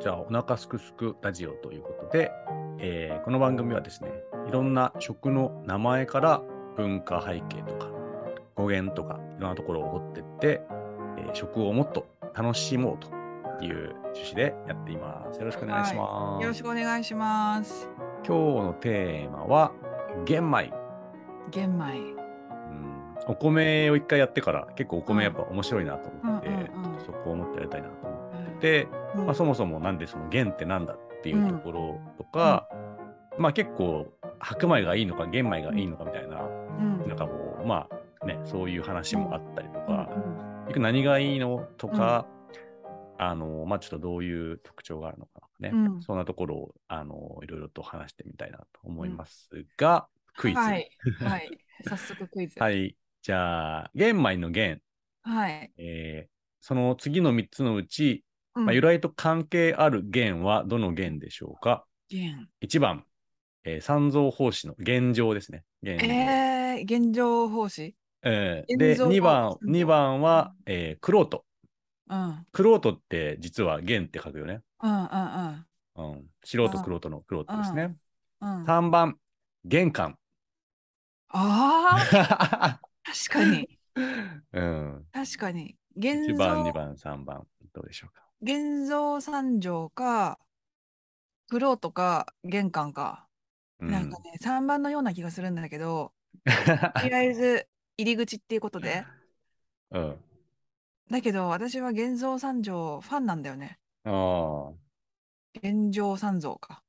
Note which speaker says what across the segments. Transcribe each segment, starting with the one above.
Speaker 1: じゃあお腹すくすくラジオということで、えーこの番組はですねいろんな食の名前から文化背景とか語源とかいろんなところを掘ってって、えー食をもっと楽しもうという趣旨でやっていますよろしくお願いします、
Speaker 2: よろしくお願いします。
Speaker 1: 今日のテーマは玄米
Speaker 2: 玄米。
Speaker 1: うんお米を一回やってから結構お米やっぱ面白いなと思って、
Speaker 2: うんうんうん
Speaker 1: そこをもっとやりたいなと思って、まあ、そもそもなんでその元ってなんだっていうところとか、まあ結構白米がいいのか玄米がいいのかみたいな、
Speaker 2: うん、うん
Speaker 1: なんかもうまあねそういう話もあったりと
Speaker 2: うん
Speaker 1: か、結局何がいいのとか、あのまあちょっとどういう特徴があるのかね、
Speaker 2: うん
Speaker 1: そんなところをあのいろいろと話してみたいなと思いますが、クイズ。
Speaker 2: はい、はい、 早速クイズ。、
Speaker 1: はいい。じゃあ、玄米の玄、
Speaker 2: はい、
Speaker 1: えーその次の3つのうち、
Speaker 2: うん
Speaker 1: まあ、由来と関係ある玄はどの玄でしょうか、
Speaker 2: 玄。
Speaker 1: ?1 番、えー三蔵法師の現状ですね。玄
Speaker 2: えー、現状奉仕。
Speaker 1: えーで、
Speaker 2: 現状
Speaker 1: 2番
Speaker 2: 三、蔵
Speaker 1: 二番は、えー、クロート。
Speaker 2: うん、うん、
Speaker 1: クロートって実は玄って書くよね。
Speaker 2: うん、うん、
Speaker 1: うん、素人クロートのクロートですね。
Speaker 2: うん。あ
Speaker 1: 3番、玄関。
Speaker 2: あー、確 かに、
Speaker 1: うん、
Speaker 2: 確かに。
Speaker 1: 1
Speaker 2: 現
Speaker 1: 番、2
Speaker 2: 像、
Speaker 1: 番、3番、どうでしょうか
Speaker 2: 現像三条か。フローとか玄関か、
Speaker 1: うん
Speaker 2: なんかね三番のような気がするんだけど、とりあえず入り口っていうことで、
Speaker 1: うん
Speaker 2: だけど私は現像三条ファンなんだよね。
Speaker 1: あ
Speaker 2: 現状三蔵か。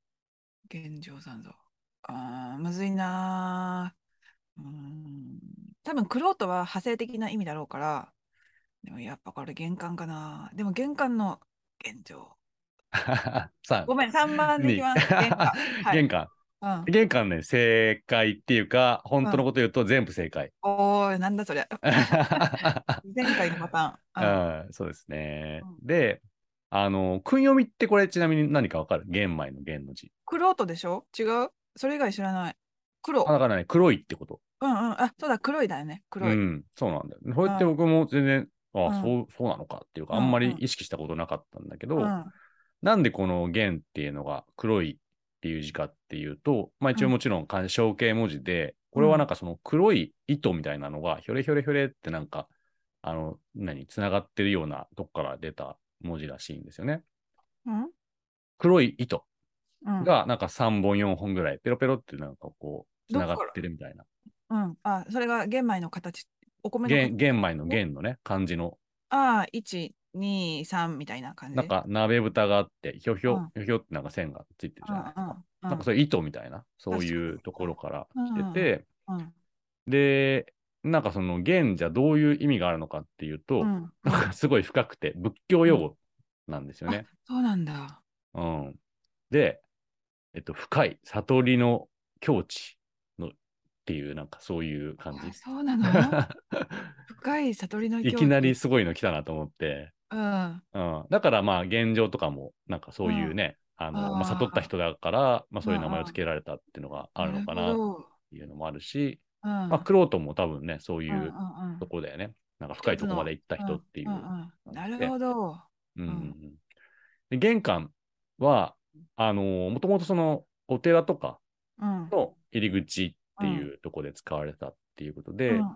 Speaker 2: 現状三蔵。あーむずいなー。うーん。多分、クロートは派生的な意味だろうから、でもやっぱこれ玄関かな。でも玄関の現状。
Speaker 1: あ。 さ
Speaker 2: ごめん、3番でいきます。玄関。はい。
Speaker 1: 玄関。
Speaker 2: うん、
Speaker 1: 玄関ね、正解っていうか、本当のこと言うと全部正解。
Speaker 2: おー、なんだそれ。 前回のパタ
Speaker 1: う
Speaker 2: ーン。うん
Speaker 1: ん、そうですね。
Speaker 2: う
Speaker 1: で、あの、訓読みってこれちなみに何かわかる玄米の玄の字。
Speaker 2: クロートでしょ違うそれ以外知らない。黒。
Speaker 1: あだからね、黒いってこと。
Speaker 2: うんうん。あ、そうだ、黒いだよね。
Speaker 1: う
Speaker 2: 黒い。うん
Speaker 1: ん、そうなんだよね。そうやって
Speaker 2: う
Speaker 1: 僕も全然、あ
Speaker 2: うん
Speaker 1: そう、そうなのかっていうか、
Speaker 2: う
Speaker 1: あ
Speaker 2: ん
Speaker 1: んまり意識したことなかったんだけど、
Speaker 2: うん
Speaker 1: なんでこの元っていうのが黒いっていう字かっていうと、まあ一応
Speaker 2: うん
Speaker 1: もちろん漢象形文字で、これはなんかその黒い糸みたいなのがひょれひょれひょれってなんか、あの、何、つながってるようなとこから出た文字らしいんですよね。
Speaker 2: うん
Speaker 1: 黒い糸
Speaker 2: うん。
Speaker 1: がなんか3本4本ぐらいペロペロってなんかこう、つながってるみたいな。
Speaker 2: うん、あ、それが玄米の形、お米の
Speaker 1: 玄
Speaker 2: 形。
Speaker 1: 玄米の玄のね、漢字の。
Speaker 2: ああ、1、2、3みたいな感じ。
Speaker 1: なんか鍋蓋があって、ひょひ
Speaker 2: う
Speaker 1: ょ
Speaker 2: ん、
Speaker 1: ひょひょってなんか線がついてるじ
Speaker 2: う
Speaker 1: ゃ
Speaker 2: ん
Speaker 1: ないですか。
Speaker 2: うん、
Speaker 1: なんかそういう糸みたいな、そういうところから来てて、
Speaker 2: うん、
Speaker 1: で、なんかその玄じゃどういう意味があるのかっていうと、
Speaker 2: うん、
Speaker 1: なんかすごい深くて仏教用語なんですよね。
Speaker 2: そうなんだ。
Speaker 1: うん、で、えっと、深い悟りの境地のっていう、なんかそういう感
Speaker 2: あ
Speaker 1: じ。
Speaker 2: そう なの深い悟りの境地
Speaker 1: いきなり、すごいの来たなと思って、
Speaker 2: うん、
Speaker 1: うん、だからまあ現状とかもなんかそういうね、あのまあ、
Speaker 2: あー
Speaker 1: 悟った人だから、まあ、そういう名前を付けられたっていうのがあるのかな
Speaker 2: る
Speaker 1: っ
Speaker 2: ほど
Speaker 1: ていうのもあるし、
Speaker 2: うん、
Speaker 1: まあ、クロートも多分ねそうい
Speaker 2: うんうん
Speaker 1: う
Speaker 2: うん
Speaker 1: とこだよね。なんか深いとこまで行った人っていう。
Speaker 2: うんうんうんなるほど。
Speaker 1: うんうん
Speaker 2: う
Speaker 1: うんで玄関は、あのもともとそのお寺とか
Speaker 2: うん、
Speaker 1: の入り口っていうとこで使われたっていうことで、
Speaker 2: うん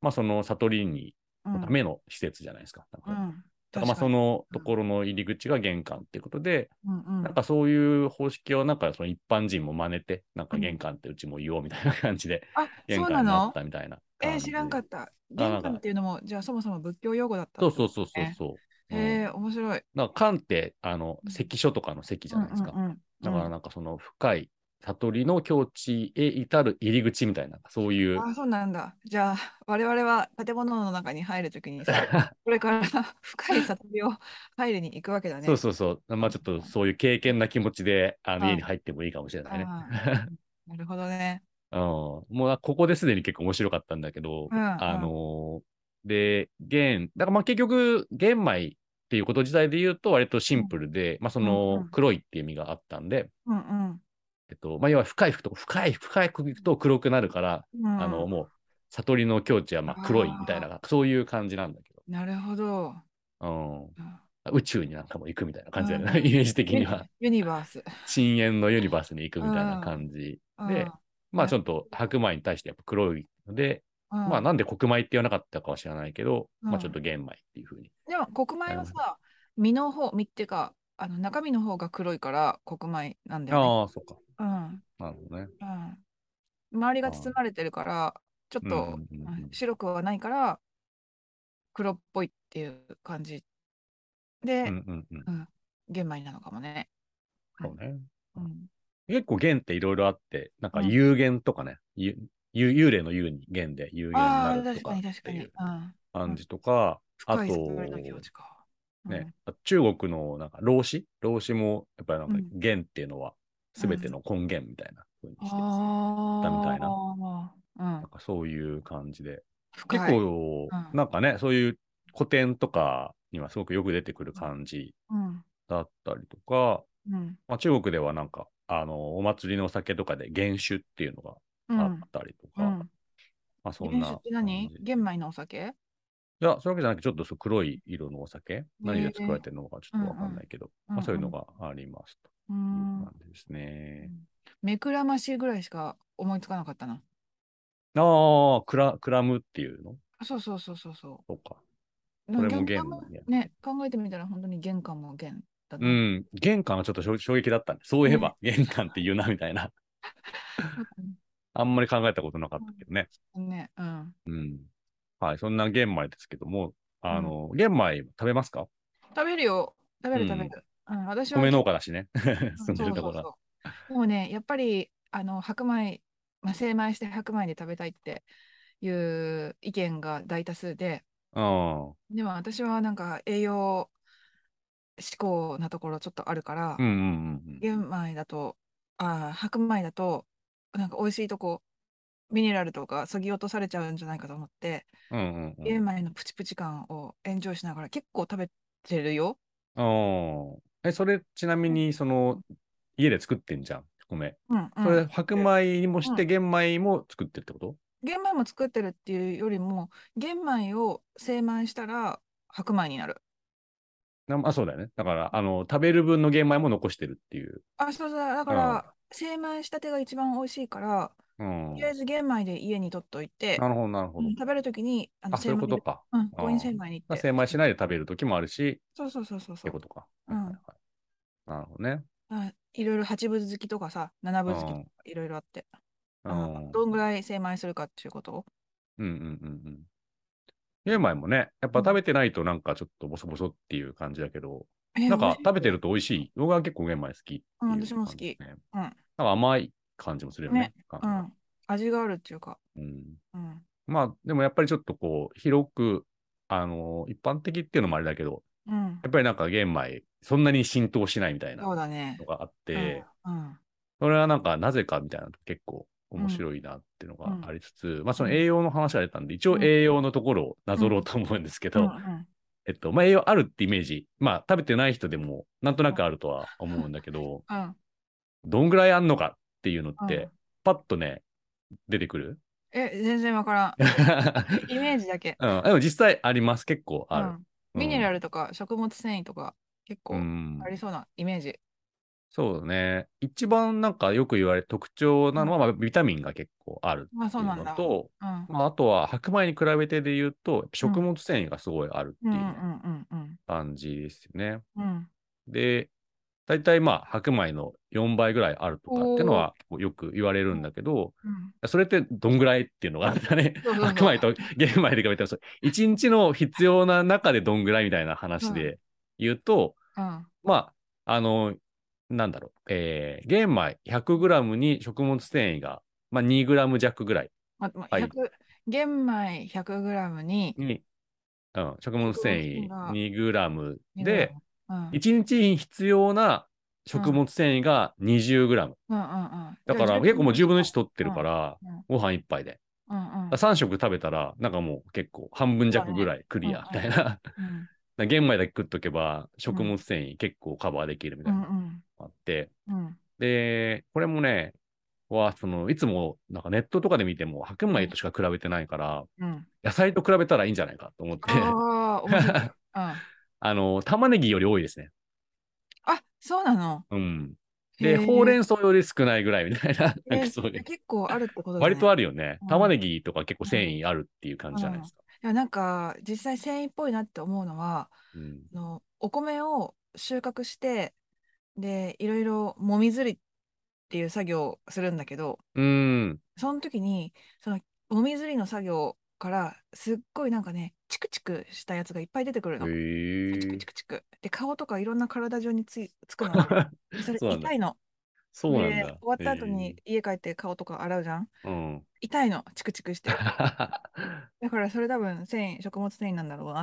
Speaker 1: まあその悟りに
Speaker 2: うん、う
Speaker 1: の
Speaker 2: ん
Speaker 1: た、めの施設じゃないですか。なんか
Speaker 2: う
Speaker 1: だからま
Speaker 2: ん、
Speaker 1: あ
Speaker 2: 確か
Speaker 1: そ
Speaker 2: に、
Speaker 1: のところの入り口が玄関っていうことで、
Speaker 2: うんうん、
Speaker 1: なんかそういう方式をなんかその一般人も真似て、なんか玄関ってうちも言おうみたいな感じで、
Speaker 2: あ、
Speaker 1: 玄
Speaker 2: そう
Speaker 1: 関
Speaker 2: な
Speaker 1: になっ
Speaker 2: の
Speaker 1: たみたいな
Speaker 2: え
Speaker 1: 感
Speaker 2: ー
Speaker 1: じ。
Speaker 2: 知らんかった。
Speaker 1: なん
Speaker 2: 玄
Speaker 1: か
Speaker 2: 関っていうのも、じゃあそもそも仏教用語だった
Speaker 1: そ
Speaker 2: の
Speaker 1: うそうそうそう
Speaker 2: ね
Speaker 1: そう。うん
Speaker 2: えー、面白い。
Speaker 1: なんか漢ってあの
Speaker 2: うん
Speaker 1: 関所とかの関じゃないですか。
Speaker 2: うんうんうん
Speaker 1: だからなんかその深い悟りの境地へ至る入り口みたいなそういう
Speaker 2: あ、そうなんだ。じゃあ、我々は建物の中に入るときに さ、これから深い悟りを入りに行くわけだね。
Speaker 1: そうそうそうまあちょっとそういう経験な気持ちであの
Speaker 2: うん
Speaker 1: 家に入ってもいいかもしれないね。
Speaker 2: あーなるほど ね。
Speaker 1: うん、もうここですでに結構面白かったんだけど、
Speaker 2: うんうん
Speaker 1: あのーで玄だからまあ結局玄米っていうこと自体で言うと割とシンプルで、まあそ
Speaker 2: うんう
Speaker 1: の
Speaker 2: ん
Speaker 1: 黒いっていう意味があったんで、
Speaker 2: うんうん。
Speaker 1: えっとまあ、要は深い服と深い深い服と黒くなるから
Speaker 2: うん
Speaker 1: あのもう悟りの境地はまあ黒いみたいなそういう感じなんだけ
Speaker 2: なるほど。
Speaker 1: ど、
Speaker 2: うん
Speaker 1: 宇宙になんかも行くみたいな感じだよ
Speaker 2: うん
Speaker 1: ね。 イメージ的には。
Speaker 2: ユニバース。
Speaker 1: 深淵のユニバースに行くみたいな感じ。で
Speaker 2: うん、
Speaker 1: まあちょっと白米に対してやっぱ黒いので、
Speaker 2: うん
Speaker 1: まあなんで黒米って言わなかったかは知らないけど、
Speaker 2: うん
Speaker 1: まあちょっと玄米っていうふうに。
Speaker 2: でも黒米はさ、身の方、身っていうか、あの中身の方が黒いから黒米なんだよね。
Speaker 1: ああ、そっか。
Speaker 2: うん
Speaker 1: なるほどね。
Speaker 2: うん周りが包まれてるから、ちょっと
Speaker 1: うんうんうんうん
Speaker 2: うん白くはないから、黒っぽいっていう感じ
Speaker 1: うん
Speaker 2: で、
Speaker 1: うんうん。
Speaker 2: 玄米なのかもね。
Speaker 1: そうね。
Speaker 2: うん
Speaker 1: 結構弦っていろいろあって、なんか
Speaker 2: うん
Speaker 1: 有弦とかね、ゆゆ幽霊の幽に弦で有弦に
Speaker 2: あ
Speaker 1: な
Speaker 2: あ、
Speaker 1: ると
Speaker 2: 確
Speaker 1: か
Speaker 2: かに
Speaker 1: っ
Speaker 2: 確
Speaker 1: て
Speaker 2: か
Speaker 1: い
Speaker 2: に。う
Speaker 1: うん感じとか、あと
Speaker 2: 深い救われの境地か。うん
Speaker 1: ね、中国のなんか老子、老子もやっぱりなんか
Speaker 2: うん
Speaker 1: 弦っていうのは全ての根源みたいな風にして、な
Speaker 2: ああ、
Speaker 1: みたい
Speaker 2: う
Speaker 1: ん、
Speaker 2: ん
Speaker 1: かそういう感じで、結
Speaker 2: 深い。
Speaker 1: 構
Speaker 2: うん
Speaker 1: なんかね、そういう古典とかにはすごくよく出てくる感じ
Speaker 2: うん
Speaker 1: だったりとか、
Speaker 2: うん
Speaker 1: まあ、中国ではなんかあのお祭りのお酒とかで原酒っていうのが
Speaker 2: う
Speaker 1: あ
Speaker 2: ん
Speaker 1: ったりと
Speaker 2: う
Speaker 1: か、
Speaker 2: ん。
Speaker 1: まあそん
Speaker 2: 原
Speaker 1: な
Speaker 2: 酒
Speaker 1: 感
Speaker 2: って
Speaker 1: じ。
Speaker 2: 何
Speaker 1: い
Speaker 2: 玄米のお酒
Speaker 1: や、そういうわけじゃなくて、ちょっとそう黒い色のお酒、何で作られてるのかちょっとわかんないけど、
Speaker 2: うんうん
Speaker 1: まあ、そういうのがありますと
Speaker 2: う
Speaker 1: いうん感。じですね。
Speaker 2: 目くらましぐらいしか思いつかなかったな。
Speaker 1: ああ、クラ、クラムっていうの
Speaker 2: そうそうそうそうそ
Speaker 1: とか。
Speaker 2: う。
Speaker 1: これも
Speaker 2: でも
Speaker 1: 玄米ね
Speaker 2: ね、考えてみたら本当に玄関も玄だ
Speaker 1: う
Speaker 2: な。
Speaker 1: ん。玄関はちょっと衝衝撃だったね。そういえば、玄関って言うな、みたいな。あんまり考えたことなかったけどね。
Speaker 2: ね、うん。
Speaker 1: うん。はい。そんな玄米ですけども、あの、玄米食べますか
Speaker 2: 食べるよ。食べ
Speaker 1: う
Speaker 2: る
Speaker 1: ん
Speaker 2: 食べる。うん、私は。
Speaker 1: 米農家だしね。 住んで
Speaker 2: そう
Speaker 1: る
Speaker 2: そ
Speaker 1: と
Speaker 2: う
Speaker 1: ころは。
Speaker 2: そう。もうね、やっぱりあの白米、まあ、精米して白米で食べたいっていう意見が大多数で、
Speaker 1: うん
Speaker 2: でも私はなんか栄養志向なところちょっとあるから、
Speaker 1: うんうんうん
Speaker 2: 玄米だと、あー白米だと、なんか美味しいとこ、ミネラルとかそぎ落とされちゃうんじゃないかと思って、
Speaker 1: うん。うんうんうん。
Speaker 2: 玄米のプチプチ感をエンジョイしながら結構食べてるよ。
Speaker 1: うんえ、それ、ちなみに、その、家で作ってんじゃん、米。
Speaker 2: うんうん
Speaker 1: それ、白米にもして、
Speaker 2: う
Speaker 1: 玄米も作ってるってこと
Speaker 2: 玄米も作ってるっていうよりも玄米を精米したら白米になる
Speaker 1: なあ、そうだよね。だから、あの、食べる分の玄米も残してるっていう。
Speaker 2: あそうそうだから精米したてが一番美味しいから
Speaker 1: うん。
Speaker 2: とりあえず玄米で家に取っといて
Speaker 1: なるほど、なるほ
Speaker 2: う
Speaker 1: ど
Speaker 2: ん。食べるときにあの
Speaker 1: あ、そういうこと
Speaker 2: で
Speaker 1: か。
Speaker 2: うん
Speaker 1: あー
Speaker 2: コイン精米に行
Speaker 1: ま
Speaker 2: っ
Speaker 1: あ
Speaker 2: て
Speaker 1: 精米しないで食べるときもあるし、
Speaker 2: そうそうそうそう
Speaker 1: っ
Speaker 2: そ
Speaker 1: てこ
Speaker 2: う
Speaker 1: とか。
Speaker 2: うん
Speaker 1: はいはいはいなるほどね。
Speaker 2: あいろいろ八分好きとかさ七分好きとかいろいろあって
Speaker 1: う
Speaker 2: あ
Speaker 1: ん。うん
Speaker 2: どんぐらい精米するかっていうこと
Speaker 1: うんうんうん。玄米もね、やっぱ食べてないとなんかちょっとボソボソっていう感じだけど、
Speaker 2: え
Speaker 1: なんか食べて
Speaker 2: る
Speaker 1: ると美味しい。僕は結構玄米好きっていう
Speaker 2: うん
Speaker 1: 感じ
Speaker 2: 私も好き
Speaker 1: ですね
Speaker 2: うん
Speaker 1: なんか甘い感じもするよね
Speaker 2: ね。う
Speaker 1: 感
Speaker 2: ん味があるっていうか
Speaker 1: じうん
Speaker 2: うん
Speaker 1: まあ、でもやっぱりちょっとこう、広く、あの一般的っていうのもあれだけど、
Speaker 2: うん
Speaker 1: やっぱりなんか玄米、そんなに浸透しないみたいな
Speaker 2: そう
Speaker 1: の
Speaker 2: だね
Speaker 1: があっ
Speaker 2: う
Speaker 1: て
Speaker 2: ん、うん
Speaker 1: それはなんかなぜかみたいなの結構面白いなっていうのがありつつ、まあその栄養の話が出たんで、一応栄養のところをなぞろうと思うんですけど、
Speaker 2: うんうん
Speaker 1: えっと、まあ栄養あるってイメージ、まあ食べてない人でもなんとなくあるとは思うんだけど、
Speaker 2: うん
Speaker 1: どんぐらいあんのかっていうのっ
Speaker 2: う
Speaker 1: て
Speaker 2: ん、
Speaker 1: パッとね、出てく る。
Speaker 2: え、全然わからん。イメージだけ。
Speaker 1: うん、でも実際あります。結構ある。
Speaker 2: うんミネラ
Speaker 1: ル
Speaker 2: ルとか食物繊維とか結構
Speaker 1: うん
Speaker 2: ありそうなイメージ。
Speaker 1: そうだね。一番なんかよく言われる特徴なのは、まあ、ビタミンが結構ある
Speaker 2: まあ
Speaker 1: って
Speaker 2: そ
Speaker 1: いうう
Speaker 2: なんだ
Speaker 1: の。と、
Speaker 2: うん。うん
Speaker 1: まあ、あとは白米に比べてで言うと、食物繊維がすごいある
Speaker 2: う
Speaker 1: っ
Speaker 2: んう
Speaker 1: てい
Speaker 2: ん
Speaker 1: う
Speaker 2: うん
Speaker 1: 感じですよね。
Speaker 2: うん。うん
Speaker 1: で、大体まあ白米の4倍ぐらいあるとかっていうのはこうよく言われるんだけど、
Speaker 2: うん。
Speaker 1: それってどんぐらいっていうのがあったね。
Speaker 2: そうそうそ う
Speaker 1: 白米と玄米で比べてもそう、1日の必要な中でどんぐらいみたいな話で言うと、
Speaker 2: うん
Speaker 1: まあ、あの、なんだろう、えー玄米 100g に食物繊維が、まあ、2g 弱ぐらい
Speaker 2: まま
Speaker 1: はい
Speaker 2: 100玄米 100g に
Speaker 1: に、うん、食物繊維
Speaker 2: 食物
Speaker 1: 2g で、、
Speaker 2: うん、うん
Speaker 1: 1日に必要な食物繊維が 20g。
Speaker 2: うんうん。
Speaker 1: だから結構もう10分の1
Speaker 2: と。
Speaker 1: 取ってるから
Speaker 2: うんうん、
Speaker 1: ご飯1杯で。
Speaker 2: うんうん
Speaker 1: だから3食食べたら、なんかもう結構半分弱ぐらいクリアみたいな。だか
Speaker 2: うん
Speaker 1: ら 玄米だけ食っとけば食物繊維結構カバーできるみた
Speaker 2: う
Speaker 1: い
Speaker 2: ん
Speaker 1: なのがあって、
Speaker 2: うんうん
Speaker 1: で、これもね、は、その、いつも、なんかネットとかで見ても、白米としか比べてないから、
Speaker 2: うん。
Speaker 1: 野菜と比べたらいいんじゃないかと思って、
Speaker 2: ああ、面白い。うん
Speaker 1: あの、玉ねぎより多いですね。
Speaker 2: あ、そうなの。
Speaker 1: うん。
Speaker 2: へ
Speaker 1: で、
Speaker 2: ー
Speaker 1: ほうれん草より少ないぐらいみたいな、なん
Speaker 2: え
Speaker 1: かそういう。
Speaker 2: 結構あるってことだね。
Speaker 1: 割とある
Speaker 2: る。
Speaker 1: よね
Speaker 2: う。ん
Speaker 1: 玉ねぎとか結構繊維あるっていう感じじゃないですか。
Speaker 2: いや、なんか、実際繊維っぽいなって思うのは、
Speaker 1: うん。
Speaker 2: あのお米を収穫して、で、いろいろもみずりっていう作業をするんだけど、
Speaker 1: うん。
Speaker 2: その時に、そのもみずりの作業から、すっごいなんかね、チクチクしたやつがいっぱい出てくる
Speaker 1: へ
Speaker 2: の。チク
Speaker 1: え
Speaker 2: チ。クチク。で、顔とかいろんな体中についつくのね。 それ
Speaker 1: そうなんだ
Speaker 2: 痛いの。
Speaker 1: そうなん
Speaker 2: で
Speaker 1: だ。
Speaker 2: 終わった後に家帰って顔とか洗うじゃん。
Speaker 1: へー。うん。
Speaker 2: 痛いの、チクチクして。
Speaker 1: あ
Speaker 2: だからそれ多分繊維、食物繊維なんだろう
Speaker 1: あ ー、
Speaker 2: な。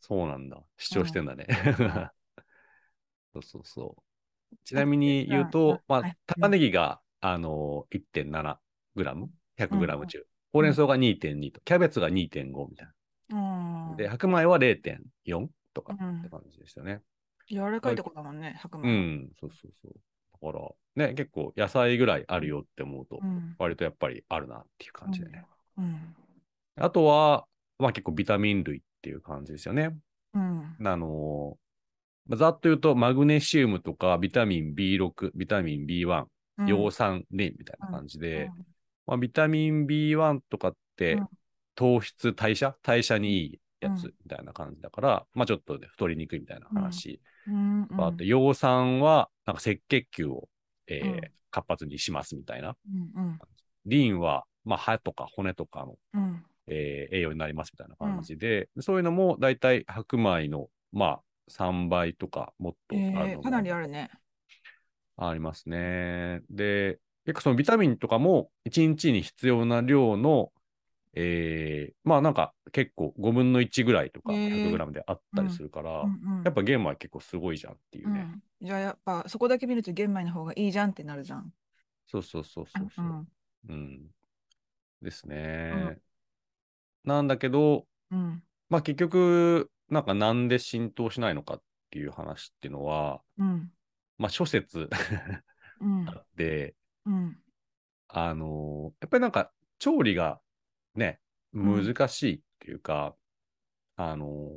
Speaker 1: そうなんだ。主張してんだね。 そうそうそう。ちなみに言うと、
Speaker 2: あ
Speaker 1: ま
Speaker 2: は
Speaker 1: あ
Speaker 2: い、
Speaker 1: 玉ねぎが、あの 1.7g、100g 中、ほうれん草が2.2と、キャベツが2.5みたい
Speaker 2: うん
Speaker 1: な。。で、白米は0.4とか
Speaker 2: うん
Speaker 1: って感じでしたね。
Speaker 2: 柔らかいとこだもんね、白
Speaker 1: う
Speaker 2: 米。
Speaker 1: ん、そうそうそう。だから、ね、結構野菜ぐらいあるよって思うと
Speaker 2: う、ん。
Speaker 1: 割とやっぱりあるなっていう感じでね。
Speaker 2: うん。
Speaker 1: あとは、まあ結構ビタミン類っていう感じですよね。
Speaker 2: うん。
Speaker 1: あのーまあざっと言うと、マグネシウムとかビタミン B6、ビタミン B1、
Speaker 2: うん
Speaker 1: 葉酸リンみたいな感じで、
Speaker 2: うん
Speaker 1: まあ、ビタミン B1 とかって、
Speaker 2: うん
Speaker 1: 糖質代謝代謝にいいや
Speaker 2: う
Speaker 1: つ
Speaker 2: ん
Speaker 1: みたいな感じだから、まあちょっとね、太りにくいみたいな話。
Speaker 2: うん。うん
Speaker 1: あって、葉酸はなんか赤血球を、えー
Speaker 2: うん
Speaker 1: 活発にしますみたいな。
Speaker 2: うん。
Speaker 1: リンは、まあ、歯とか骨とかの
Speaker 2: うん。
Speaker 1: えー栄養になりますみたいな感じで、そういうのも大体白米の、まあ、3倍とかもっとある
Speaker 2: え
Speaker 1: の
Speaker 2: ー、かなり
Speaker 1: が
Speaker 2: あるね。
Speaker 1: ありますね。で、結構そのビタミンとかも1日に必要な量の、えーまあなんか結構5分の1ぐらいとか
Speaker 2: へー
Speaker 1: 100g であったりするから、
Speaker 2: うんうん
Speaker 1: やっぱ玄米結構すごいじゃんっていうね。
Speaker 2: うんじゃあやっぱそこだけ見ると玄米の方がいいじゃんってなるじゃん。
Speaker 1: そうそうそうそうそう。
Speaker 2: うん
Speaker 1: うんですね。なんだけど、
Speaker 2: うん
Speaker 1: まあ結局、なんかなんで浸透しないのかっていう話っていうのは、
Speaker 2: うん
Speaker 1: まあ諸説
Speaker 2: うん
Speaker 1: あって、
Speaker 2: うん
Speaker 1: あのーやっぱりなんか調理がね、
Speaker 2: ん
Speaker 1: 難しいっていうか、あのー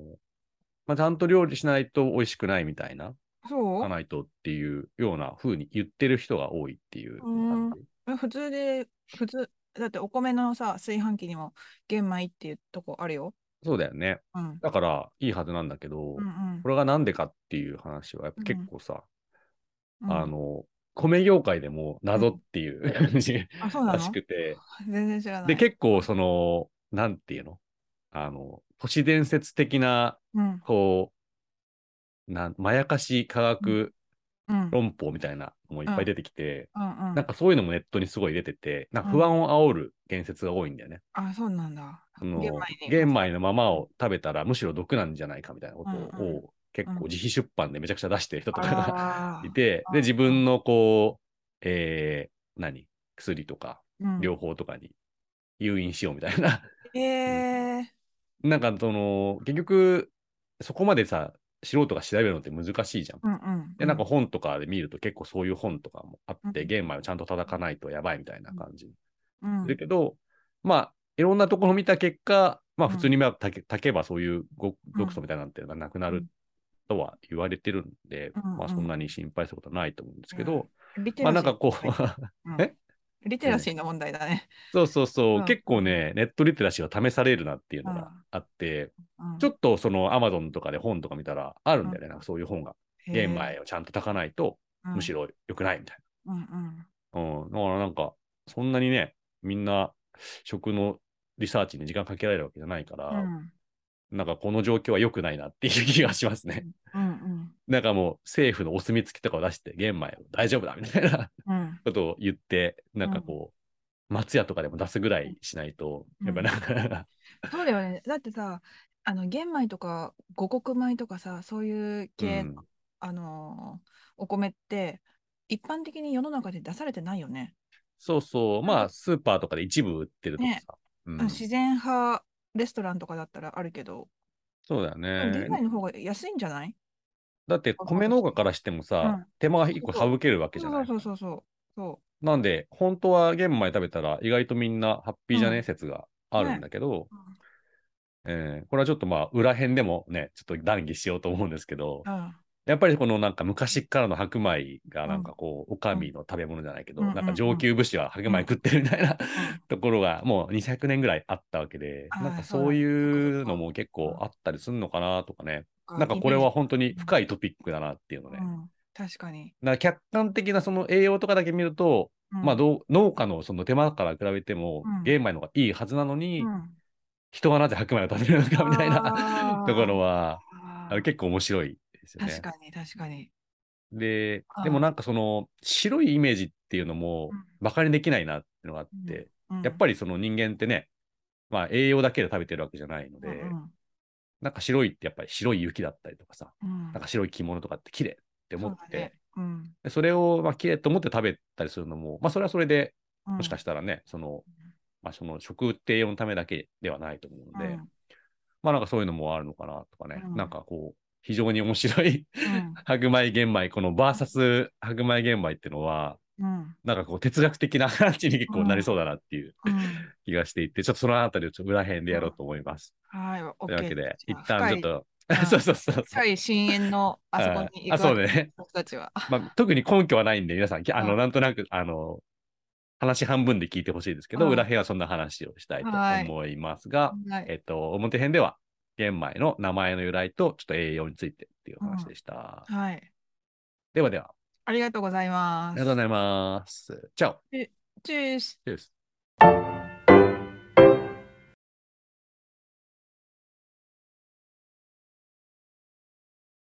Speaker 1: まあちゃんと料理しないと美味しくないみたいな、
Speaker 2: そ
Speaker 1: か
Speaker 2: う
Speaker 1: ないとっていうような風に言ってる人が多いっていう感じ。
Speaker 2: え普通で普通だってお米のさ炊飯器にも玄米っていうとこあるよ。
Speaker 1: そうだよね。
Speaker 2: うん
Speaker 1: だからいいはずなんだけど、
Speaker 2: うんうん
Speaker 1: これがなんでかっていう話は、やっぱ結構さ、
Speaker 2: うん
Speaker 1: あの、米業界でも謎っていう感じ
Speaker 2: あそうな
Speaker 1: ら
Speaker 2: の
Speaker 1: しくて、
Speaker 2: 全然知らない。
Speaker 1: で、結構その、なんていうのあの、都市伝説的な、
Speaker 2: うん
Speaker 1: こう、なんまやかし科学
Speaker 2: うんうん
Speaker 1: 論法みたいなのもいっぱい出てきて、
Speaker 2: うん
Speaker 1: なんかそういうのもネットにすごい出てて、なんか不安を煽る言説が多いんだよね。
Speaker 2: あそうなんだ。
Speaker 1: あの
Speaker 2: 玄米に
Speaker 1: 玄米のままを食べたらむしろ毒なんじゃないかみたいなこと
Speaker 2: うんうん
Speaker 1: を結構自費出版でめちゃくちゃ出してる人とかが
Speaker 2: あ ー
Speaker 1: いて、
Speaker 2: あー
Speaker 1: で、自分のこう、えー、何薬とか、
Speaker 2: うん
Speaker 1: 療法とかに誘引しようみたいな。
Speaker 2: えー
Speaker 1: なんか、その、結局、そこまでさ、素人が調べるのって難しいじゃん。
Speaker 2: うんうん
Speaker 1: で、なんか本とかで見ると結構そういう本とかもあって、
Speaker 2: うん
Speaker 1: 玄米をちゃんと叩かないとやばいみたいな感じ。
Speaker 2: うん
Speaker 1: だけど、まあ、いろんなところ見た結果、まあ、
Speaker 2: うん
Speaker 1: 普通にまあ炊け炊けばそういうご
Speaker 2: ん
Speaker 1: 毒素みたいなんていうのがなくなるとは言われてるんで、
Speaker 2: うん
Speaker 1: まあ、そんなに心配することはないと思うんですけど、
Speaker 2: リテ
Speaker 1: まあ
Speaker 2: ラシ
Speaker 1: なん
Speaker 2: ー
Speaker 1: かこう、
Speaker 2: うん
Speaker 1: え
Speaker 2: リテラシーの問題だね。
Speaker 1: そうそうそう、
Speaker 2: うん
Speaker 1: 結構ね、ネットリテラシーは試されるなっていうのがあって、
Speaker 2: うん
Speaker 1: ちょっとそのアマゾンとかで本とか見たらあるんだよね、なんかそういう本が。玄米をちゃんと炊かないと、むし。ろ良くないみたい
Speaker 2: へーうんうん
Speaker 1: な。うん。だからなんか、そんなにね、みんな食のリサーチに時間かけられるわけじゃないから、
Speaker 2: うん
Speaker 1: なんかこの状況は良くないなっていう気がしますね。
Speaker 2: うん
Speaker 1: なんかもう政府のお墨付きとかを出して、玄米を大丈夫だみたいな。
Speaker 2: うんうん
Speaker 1: ことを言って、なんかこう、松屋とかでも出すぐらいしないと、
Speaker 2: うん
Speaker 1: やっぱなんか、
Speaker 2: そうだよね。だってさ、あの玄米とか五穀米とかさ、そういう系、
Speaker 1: うん
Speaker 2: あのーお米って一般的に世の中で出されてないよね。
Speaker 1: そうそう、まあ、スーパーとかで一部売ってるとかさ
Speaker 2: ね、
Speaker 1: うん
Speaker 2: あの自然派レストランとかだったらあるけど、
Speaker 1: そうだよ
Speaker 2: でも
Speaker 1: ね
Speaker 2: 玄。米の方が安いんじゃない？
Speaker 1: だって、米農家からしてもさ、
Speaker 2: うん
Speaker 1: 手間が一個省けるわけじ
Speaker 2: そ
Speaker 1: ゃな
Speaker 2: う
Speaker 1: い
Speaker 2: そ。うそうそうそ
Speaker 1: なんで、本当は玄米食べたら意外とみんなハッピーじゃね、
Speaker 2: うん
Speaker 1: 説があるんだけど、
Speaker 2: う。
Speaker 1: えーこれはちょっとまあ裏辺でもね、ちょっと談義しようと思うんですけど、
Speaker 2: うん
Speaker 1: やっぱりこのなんか昔からの白米がなんかこう、お上の食べ物じゃないけど、
Speaker 2: うんうん
Speaker 1: なんか上級武士は白米食ってるみたいな ところがもう200年ぐらいあったわけで、
Speaker 2: あー
Speaker 1: なんか
Speaker 2: そうだ
Speaker 1: そういうのも結構あったりするのかなとかね、なんかこれは本当に深いトピックだなっていうのね。
Speaker 2: うん確かに。
Speaker 1: だから客観的なその栄養とかだけ見ると、
Speaker 2: うん
Speaker 1: まあどう農家のその手間から比べても
Speaker 2: うん
Speaker 1: 玄米の方がいいはずなのに、
Speaker 2: うん
Speaker 1: 人はなぜ白米を食べるのか みたいな
Speaker 2: あー
Speaker 1: ところは
Speaker 2: あ
Speaker 1: あの
Speaker 2: ー
Speaker 1: 結構面白いですよね
Speaker 2: 確。かに、確かに。
Speaker 1: で
Speaker 2: あー
Speaker 1: でもなんかその白いイメージっていうのもバカにできないなっていうのがあって、やっぱ
Speaker 2: り、
Speaker 1: りその人間ってね、まあ、栄養だけで食べてるわけじゃないので、
Speaker 2: うん
Speaker 1: なんか白いってやっぱり白い雪だったりとかさ
Speaker 2: うん
Speaker 1: なんか白い着物とかって綺麗って思っ
Speaker 2: そうだ
Speaker 1: て。
Speaker 2: ねうん
Speaker 1: でそれを、まあ、綺麗と思って食べたりするのも、まあ、それはそれで、
Speaker 2: うん
Speaker 1: もしかしたらね、その、まあ、その食低用のためだけではないと思うので、
Speaker 2: うん
Speaker 1: まあ、なんかそういうのもあるのかなとかね、
Speaker 2: うん
Speaker 1: なんかこう、非常に面白い
Speaker 2: うん
Speaker 1: 白米玄米、このバーサス白米玄米っていうのは、
Speaker 2: うん
Speaker 1: なんかこう、哲学的な話に結構なりそうだなっていう
Speaker 2: うん
Speaker 1: 気がしていて、ちょっとそのあたりをちょっと裏辺でやろうと思います。
Speaker 2: はい、OK。
Speaker 1: というわけで、
Speaker 2: じ
Speaker 1: 一
Speaker 2: ゃあ
Speaker 1: 旦ちょっ。と、
Speaker 2: い
Speaker 1: そうそうそうそう。
Speaker 2: 深い深い深淵のあそこに 行
Speaker 1: あ
Speaker 2: く
Speaker 1: そう
Speaker 2: わけ
Speaker 1: ね。
Speaker 2: 僕たちは。
Speaker 1: ま あ、特に根拠はないんで、皆さん、きあ
Speaker 2: う
Speaker 1: の、
Speaker 2: ん
Speaker 1: なんとなく、あの、話半分で聞いてほしいですけど、
Speaker 2: うん
Speaker 1: 裏辺はそんな話をしたいと
Speaker 2: はい
Speaker 1: 思いますが、
Speaker 2: はい
Speaker 1: えっと、表辺では、玄米の名前の由来と、ちょっと栄養についてっていう話でした。
Speaker 2: はい。
Speaker 1: ではでは、
Speaker 2: ありがとうござい
Speaker 1: あ
Speaker 2: ま
Speaker 1: りが
Speaker 2: す。
Speaker 1: とうございます。チャオ
Speaker 2: チュース
Speaker 1: チュース